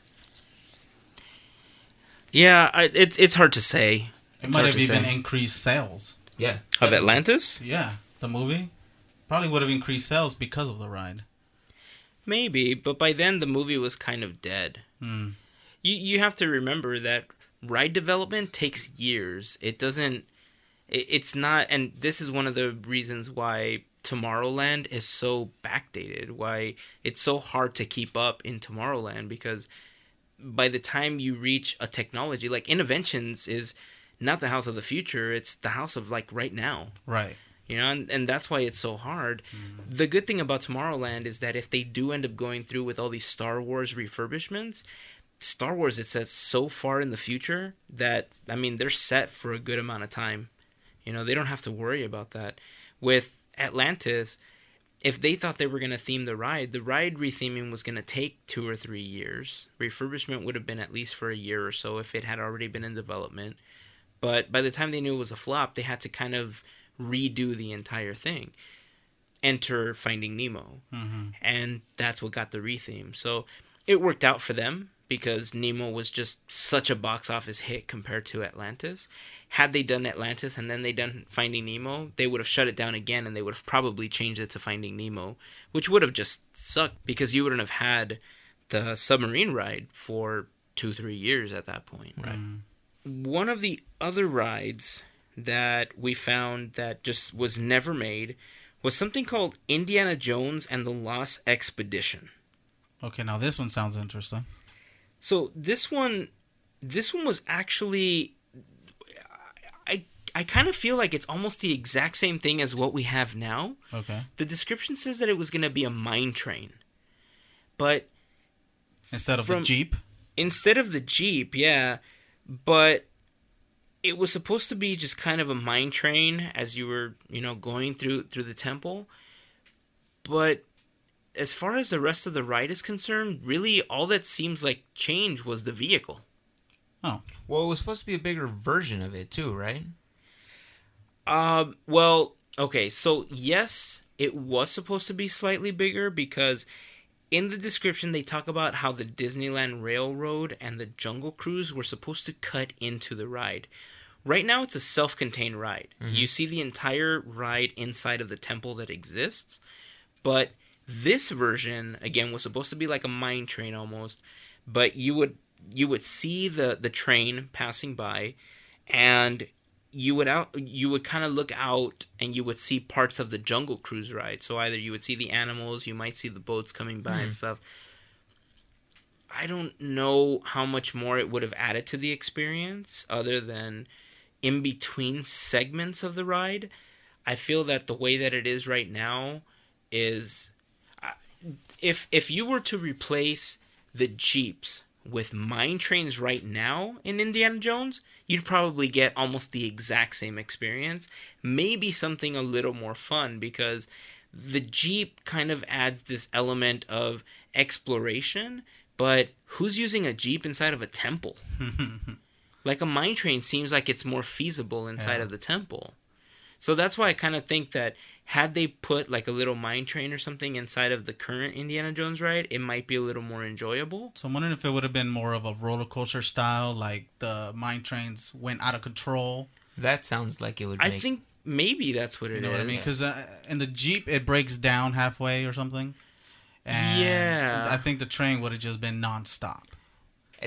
Yeah, I, it's it's hard to say. It It's might hard have to even say. increased sales. Yeah. of Atlantis. Yeah, the movie probably would have increased sales because of the ride. Maybe, but by then the movie was kind of dead. Hmm. You you have to remember that ride development takes years. It doesn't It, it's not, and this is one of the reasons why Tomorrowland is so backdated. Why it's so hard to keep up in Tomorrowland because by the time you reach a technology like Innoventions is not the house of the future; it's the house of like right now Right. you know and, and that's why it's so hard the good thing about tomorrowland is that if they do end up going through with all these star wars refurbishments star wars it's set so far in the future that i mean they're set for a good amount of time you know they don't have to worry about that with atlantis if they thought they were going to theme the ride the ride retheming was going to take two or three years refurbishment would have been at least for a year or so if it had already been in development but by the time they knew it was a flop, they had to kind of redo the entire thing. Enter Finding Nemo, and that's what got the retheme. So it worked out for them because Nemo was just such a box office hit compared to Atlantis. Had they done Atlantis and then they done Finding Nemo, they would have shut it down again, and they would have probably changed it to Finding Nemo, which would have just sucked because you wouldn't have had the submarine ride for two three years at that point Right. one of the other rides that we found that just was never made was something called Indiana Jones and the Lost Expedition. Okay, now this one sounds interesting. So this one, this one was actually, I I kind of feel like it's almost the exact same thing as what we have now. Okay. The description says that it was going to be a mine train, but Instead of the From- Jeep. instead of the jeep yeah but it was supposed to be just kind of a mine train as you were you know going through through the temple but as far as the rest of the ride is concerned really all that seems like change was the vehicle Oh, Well, it was supposed to be a bigger version of it too, right? Um. Well, okay. So yes, it was supposed to be slightly bigger because in the description they talk about how the Disneyland Railroad and the Jungle Cruise were supposed to cut into the ride. Right now, it's a self-contained ride. You see the entire ride inside of the temple that exists, but this version again was supposed to be like a mine train almost. But you would you would see the the train passing by, and you would out you would kind of look out and you would see parts of the jungle cruise ride so either you would see the animals you might see the boats coming by and stuff i don't know how much more it would have added to the experience other than in between segments of the ride i feel that the way that it is right now is I- if if you were to replace the jeeps with mine trains right now in Indiana Jones, you'd probably get almost the exact same experience, maybe something a little more fun because the jeep kind of adds this element of exploration, but who's using a jeep inside of a temple? like a mine train seems like it's more feasible inside Yeah. of the temple. So that's why I kind of think that had they put like a little mine train or something inside of the current Indiana Jones ride, it might be a little more enjoyable. So I'm wondering if it would have been more of a roller coaster style, like the mine trains went out of control. That sounds like it would. I make, think maybe that's what it is. You know what I mean? Because uh, in the Jeep, it breaks down halfway or something. And Yeah. I think the train would have just been nonstop.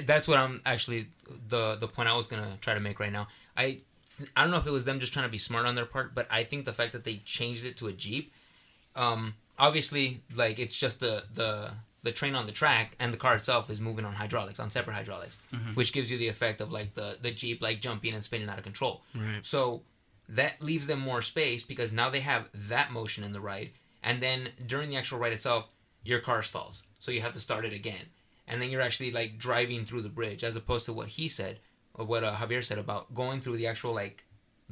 that's what I'm actually the the point I was gonna try to make right now. I I don't know if it was them just trying to be smart on their part, but I think the fact that they changed it to a jeep, um, obviously like it's just the the the train on the track and the car itself is moving on hydraulics on separate hydraulics, which gives you the effect of like the the jeep like jumping and spinning out of control. Right. So that leaves them more space because now they have that motion in the ride, and then during the actual ride itself, your car stalls, so you have to start it again, and then you're actually like driving through the bridge, as opposed to what he said or what uh, Javier said about going through the actual like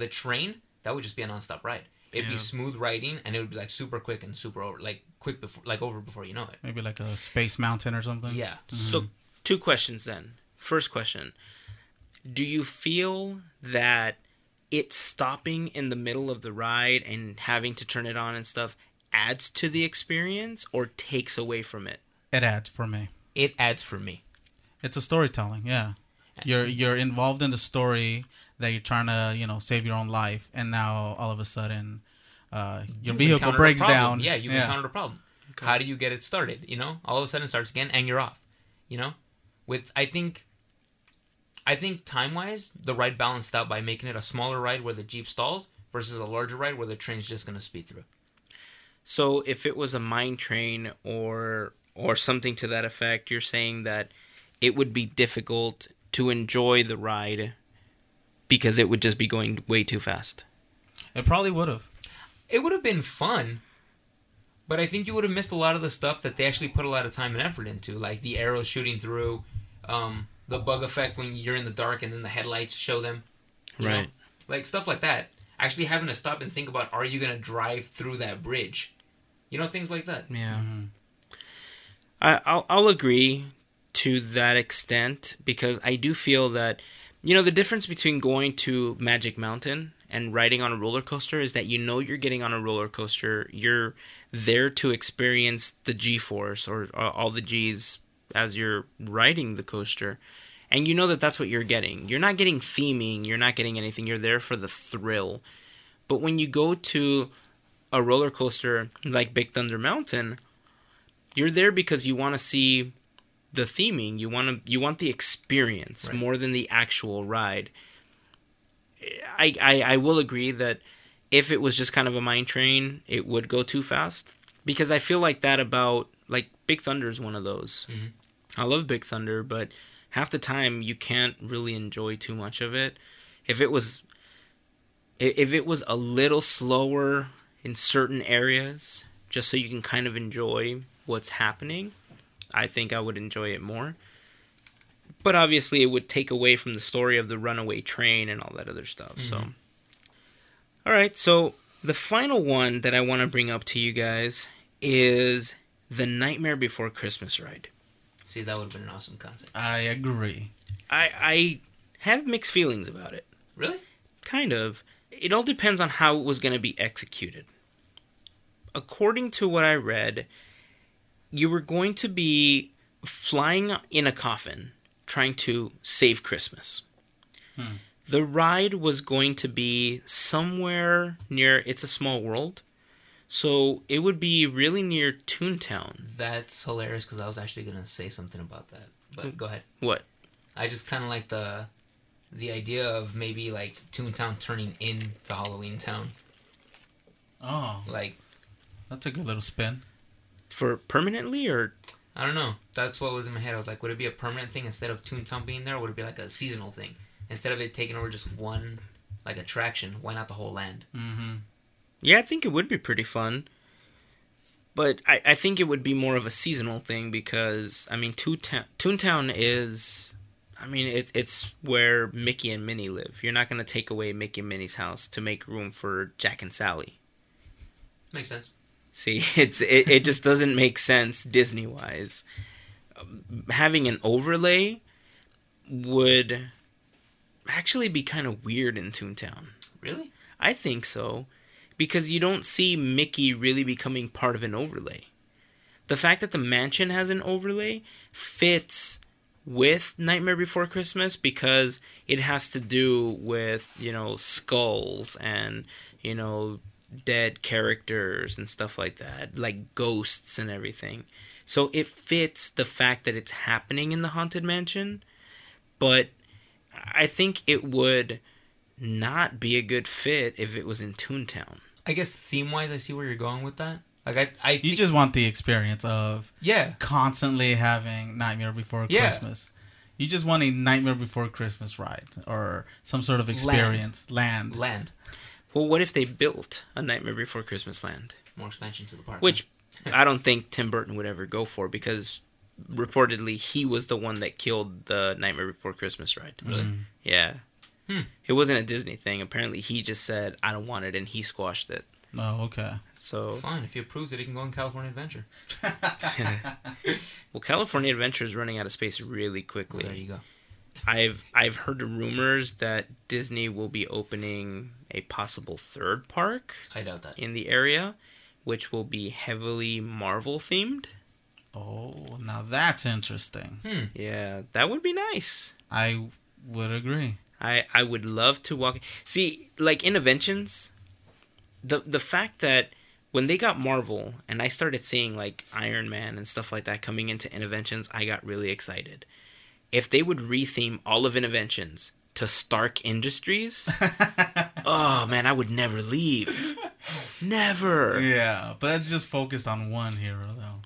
the train. That would just be a nonstop ride. It'd Yeah. be smooth riding, and it would be like super quick and super over, like quick before, like over before you know it. Maybe like a space mountain or something. Yeah. So, two questions then. First question Do you feel that it stopping in the middle of the ride and having to turn it on and stuff adds to the experience or takes away from it? It adds for me. It adds for me. It's a storytelling, yeah. You're you're involved in the story that you're trying to, you know, save your own life and now all of a sudden uh, your You've vehicle encountered a breaks problem. down. Yeah, you've encountered a problem. How do you get it started? You know, all of a sudden it starts again and you're off. You know, with I think, I think time wise, the ride balanced out by making it a smaller ride where the jeep stalls versus a larger ride where the train's just gonna speed through. So if it was a mine train or or something to that effect, you're saying that it would be difficult to enjoy the ride because it would just be going way too fast. It probably would have. It would have been fun, but I think you would have missed a lot of the stuff that they actually put a lot of time and effort into, like the arrows shooting through, um, the bug effect when you're in the dark and then the headlights show them, you know? Right. Like stuff like that. Actually having to stop and think about are you gonna drive through that bridge, you know things like that. Yeah. Mm-hmm. I, I'll I'll agree to that extent because I do feel that you know the difference between going to Magic Mountain and riding on a roller coaster is that you know you're getting on a roller coaster. You're there to experience the G-force or, or all the G's as you're riding the coaster. And you know that that's what you're getting. You're not getting theming, you're not getting anything. You're there for the thrill. But when you go to a roller coaster like Big Thunder Mountain, you're there because you want to see the theming you want to you want the experience Right. more than the actual ride I, I i will agree that if it was just kind of a mine train it would go too fast because i feel like that about like big thunder is one of those Mhm. i love big thunder but half the time you can't really enjoy too much of it if it was i- if it was a little slower in certain areas just so you can kind of enjoy what's happening i think i would enjoy it more but obviously it would take away from the story of the runaway train and all that other stuff so all right so the final one that i want to bring up to you guys is the nightmare before christmas ride See, that would have been an awesome concept. I agree. i i have mixed feelings about it Really? Kind of. It all depends on how it was going to be executed. According to what I read, you were going to be flying in a coffin trying to save Christmas. The ride was going to be somewhere near It's a Small World. So it would be really near Toontown. That's hilarious because I was actually gonna say something about that. But go ahead. What? I just kind of like the the idea of maybe like Toontown turning into Halloween Town. Oh, Like that's a good little spin. For permanently or I don't know. That's what was in my head. I was like, would it be a permanent thing instead of Toontown being there? Or would it be like a seasonal thing instead of it taking over just one like attraction? Why not the whole land? Mm-hmm. Yeah, I think it would be pretty fun. But I, I think it would be more of a seasonal thing because I mean Toontown, Toontown is I mean it's it's where Mickey and Minnie live. You're not gonna take away Mickey and Minnie's house to make room for Jack and Sally. Makes sense. See, it's it, it just doesn't make sense Disney wise. Having an overlay would actually be kind of weird in Toontown. Really? I think so, because you don't see Mickey really becoming part of an overlay. The fact that the mansion has an overlay fits with Nightmare Before Christmas because it has to do with, you know, skulls and, you know, dead characters and stuff like that, like ghosts and everything. So it fits the fact that it's happening in the Haunted Mansion, but I think it would not be a good fit if it was in Toontown. I guess theme wise, I see where you're going with that. Like I, I You thi- just want the experience of yeah. constantly having Nightmare Before Yeah. Christmas. You just want a Nightmare Before Christmas ride or some sort of experience. Land. Land. Well, what if they built a Nightmare Before Christmas land? More expansion to the park. Which I don't think Tim Burton would ever go for because reportedly he was the one that killed the Nightmare Before Christmas ride. Mm-hmm. Really? Yeah. Hmm. It wasn't a Disney thing. Apparently he just said, I don't want it, and he squashed it. Oh, okay. So, Fine. If he approves it, he can go on California Adventure. well, California Adventure is running out of space really quickly. There you go. I've I've heard rumors that Disney will be opening a possible third park I doubt that. in the area, which will be heavily Marvel themed. Oh, now that's interesting. Hmm. Yeah, that would be nice. I would agree. I I would love to walk. See, like interventions, the the fact that when they got Marvel and I started seeing like Iron Man and stuff like that coming into interventions, I got really excited. if they would retheme all of Interventions to Stark Industries, oh man, I would never leave. Never. Yeah, but that's just focused on one hero though.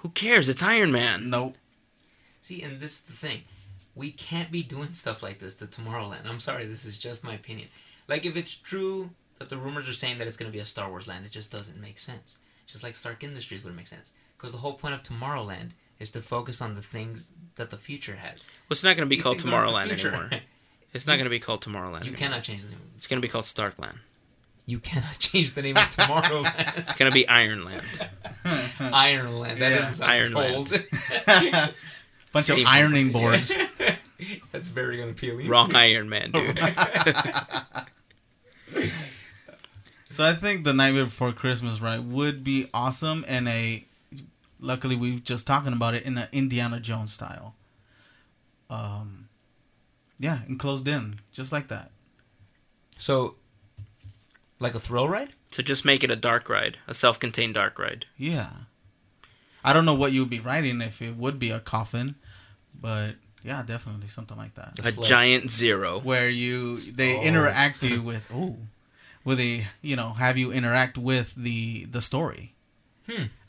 Who cares? It's Iron Man. Nope. See, and this is the thing. We can't be doing stuff like this to Tomorrowland. I'm sorry, this is just my opinion. Like, if it's true that the rumors are saying that it's going to be a Star Wars land, it just doesn't make sense. Just like Stark Industries wouldn't make sense. Because the whole point of Tomorrowland is to focus on the things that the future has. Well, it's not going to be These called things aren't the Tomorrowland future. anymore. It's not going to be called Tomorrowland. you anymore. cannot change the name. of- It's going to be called Starkland. You cannot change the name of Tomorrowland. It's going to be Ironland. Ironland. That Yeah. doesn't sound Ironland. cold. Bunch Steve- of ironing boards. That's very unappealing. Wrong Iron Man, dude. So I think the Nightmare Before Christmas, right, would be awesome and a. Luckily, we were just talking about it in an Indiana Jones style. Um, yeah, enclosed in, just like that. So, like a thrill ride? So just make it a dark ride, a self-contained dark ride. Yeah. I don't know what you would be writing if it would be a coffin, but yeah, definitely something like that. A sled. giant zero. Where you they Oh. interact you with oh, with a you know have you interact with the the story.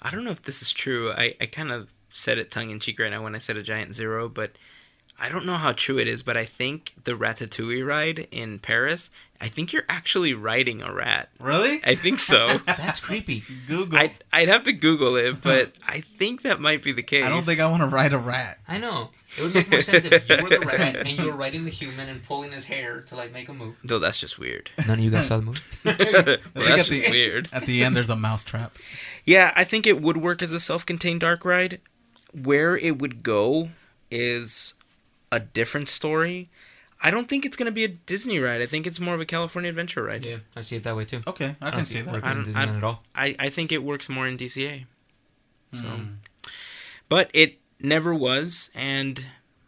I don't know if this is true. I, I kind of said it tongue in cheek right now when I said a giant zero, but I don't know how true it is. But I think the Ratatouille ride in Paris, I think you're actually riding a rat. Really? I think so. That's creepy. Google. I'd, I'd have to Google it, but I think that might be the case. I don't think I want to ride a rat. I know. It would make more sense if you were the rat and you were riding the human and pulling his hair to like make a move. Though that's just weird. None of you Hmm. guys saw the movie. well, that's the- just weird. At the end, there's a mousetrap. Yeah, I think it would work as a self-contained dark ride. Where it would go is a different story. I don't think it's going to be a Disney ride. I think it's more of a California Adventure ride. Yeah, I see it that way too. Okay, Oh, I I can don't see it that. working in I don't- Disneyland at all. I, I think it works more in DCA. So, but it never was, and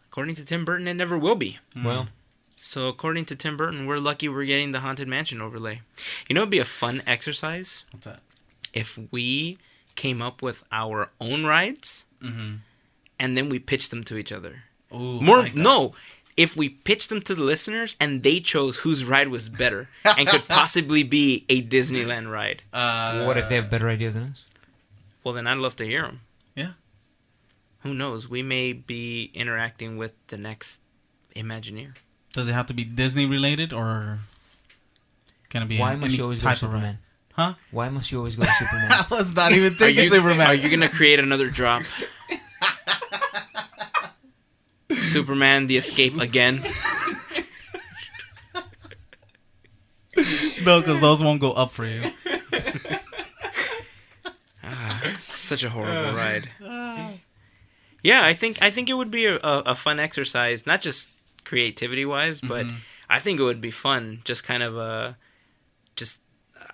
according to Tim Burton, it never will be. Hmm. Well, So, according to Tim Burton, we're lucky we're getting the Haunted Mansion overlay. You know, it'd be a fun exercise What's that? if we came up with our own rides and then we pitched them to each other. Ooh, I More Mm-hmm. like that. no, if we pitched them to the listeners and they chose whose ride was better and could possibly be a Disneyland ride, Uh, what if they have better ideas than us? well then I'd love to hear them. Yeah. Who knows? We may be interacting with the next Imagineer. Does it have to be Disney related or can it be Why any must you always go to type of ride? Superman? Huh? Why must you always go to Superman? I was not even Are thinking you, Superman. are you gonna create another drop? Superman the escape again. no, because those won't go up for you. Ah, such a horrible ride. Yeah, I think I think it would be a, a, a fun exercise, not just creativity wise, but Mm-hmm. I think it would be fun, just kind of a, just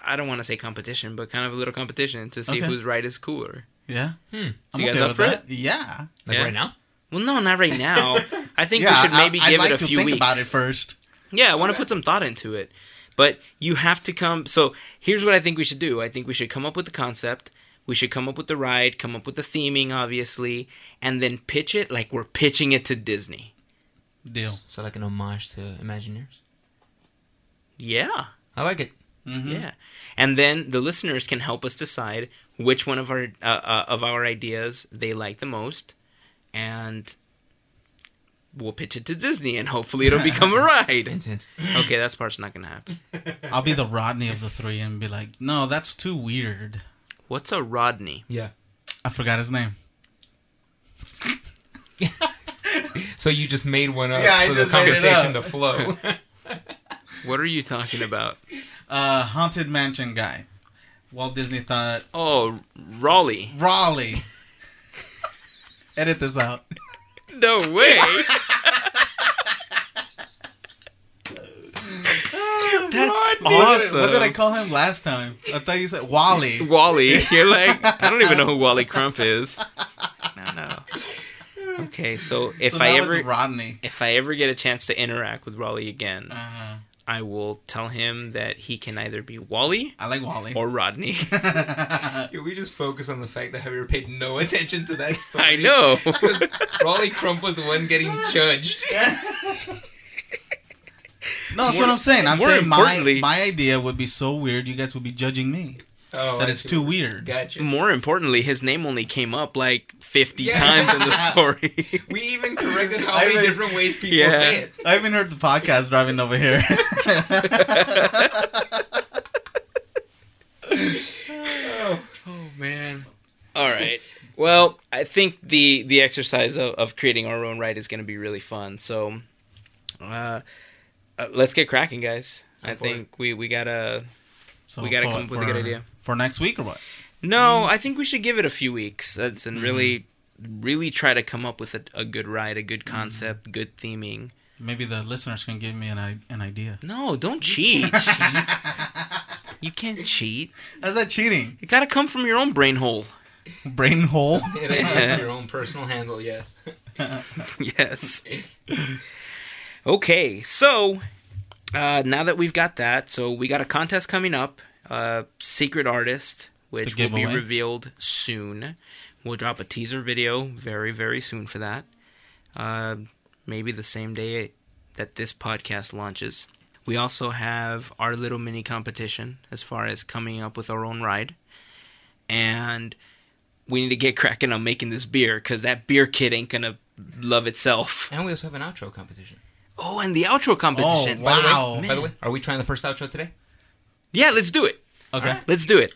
I don't want to say competition, but kind of a little competition to see Okay. whose ride is cooler. Yeah. Hmm. I'm you guys up with for that. Yeah. Like Yeah. right now? Well, no, not right now. I think yeah, we should maybe I, give I'd like it a to few think weeks. about it first. Yeah, I want to put some thought into it. But you have to come. So here's what I think we should do I think we should come up with the concept. We should come up with the ride, come up with the theming, obviously, and then pitch it like we're pitching it to Disney. Deal. So like an homage to Imagineers. Yeah. I like it. Mm-hmm. Yeah. And then the listeners can help us decide which one of our uh, uh, of our ideas they like the most and we'll pitch it to Disney and hopefully it'll become a ride. Hint, hint. Okay, that's part's not going to happen. I'll be the Rodney of the three and be like, no, that's too weird. What's a Rodney? Yeah. I forgot his name. So you just made one up Yeah, I for the just made it conversation to up. flow. What are you talking about? Uh, Haunted Mansion guy. Walt Disney thought Oh, Raleigh. Raleigh. Edit this out. No way. That's awesome. What did I call him last time? I thought you said Wally. Wally. You're like, I don't even know who Wally Crump is. No, no. Okay, so if so I now ever it's Rodney. if I ever get a chance to interact with Raleigh again, Uh-huh. I will tell him that he can either be Wally I like Wally. or Rodney. Yeah, we just focus on the fact that Javier paid no attention to that story. I know. Because Raleigh Crump was the one getting judged. No, that's what I'm saying. I'm more saying my importantly- my idea would be so weird. You guys would be judging me Oh, that I it's see. too weird. Gotcha. More importantly, his name only came up like 50 Yeah. times in the story. We even corrected how I many mean- different ways people Yeah. say it. I even heard the podcast driving over here. oh man. All right. Well, I think the the exercise of, of creating our own right is going to be really fun. So, uh, uh, let's get cracking, guys. I I'm for it. think we we gotta. So We gotta for- come up with a good for- idea. for next week or what? No, I think we should give it a few weeks that's, and really, really try to come up with a, a good ride, a good concept, good theming. Maybe the listeners can give me an i- an idea. No, don't cheat. you can't cheat. How's that cheating? It gotta come from your own brain hole. Brain hole. It is just your own personal handle, yes. yes. Okay, so uh, now that we've got that, so we got a contest coming up, uh, Secret Artist, which The will be giveaway. revealed soon. We'll drop a teaser video very, very soon for that. Uh, maybe the same day that this podcast launches. We also have our little mini competition as far as coming up with our own ride. And we need to get cracking on making this beer because that beer kit ain't going to love itself. And we also have an outro competition. Oh, and the outro competition. Oh, By the way- Wow. by the way, are we trying the first outro today? Yeah, let's do it. Okay. Let's do it.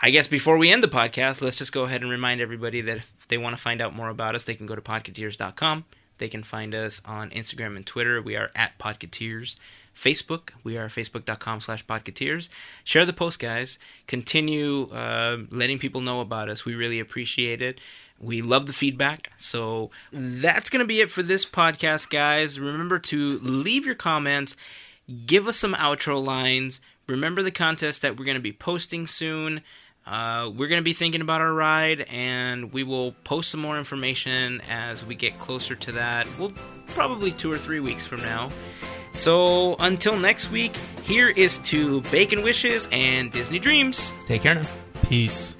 I guess before we end the podcast, let's just go ahead and remind everybody that if they want to find out more about us, they can go to podcateers.com. They can find us on Instagram and Twitter. We are at Podcateers. Facebook, we are facebook.com slash podcateers. Share the post, guys. Continue uh, letting people know about us. We really appreciate it. We love the feedback. So that's going to be it for this podcast, guys. Remember to leave your comments give us some outro lines. Remember the contest that we're going to be posting soon. Uh, we're going to be thinking about our ride, and we will post some more information as we get closer to that. Well, probably two or three weeks from now. So until next week, here is to Bacon Wishes and Disney Dreams. Take care now. Peace.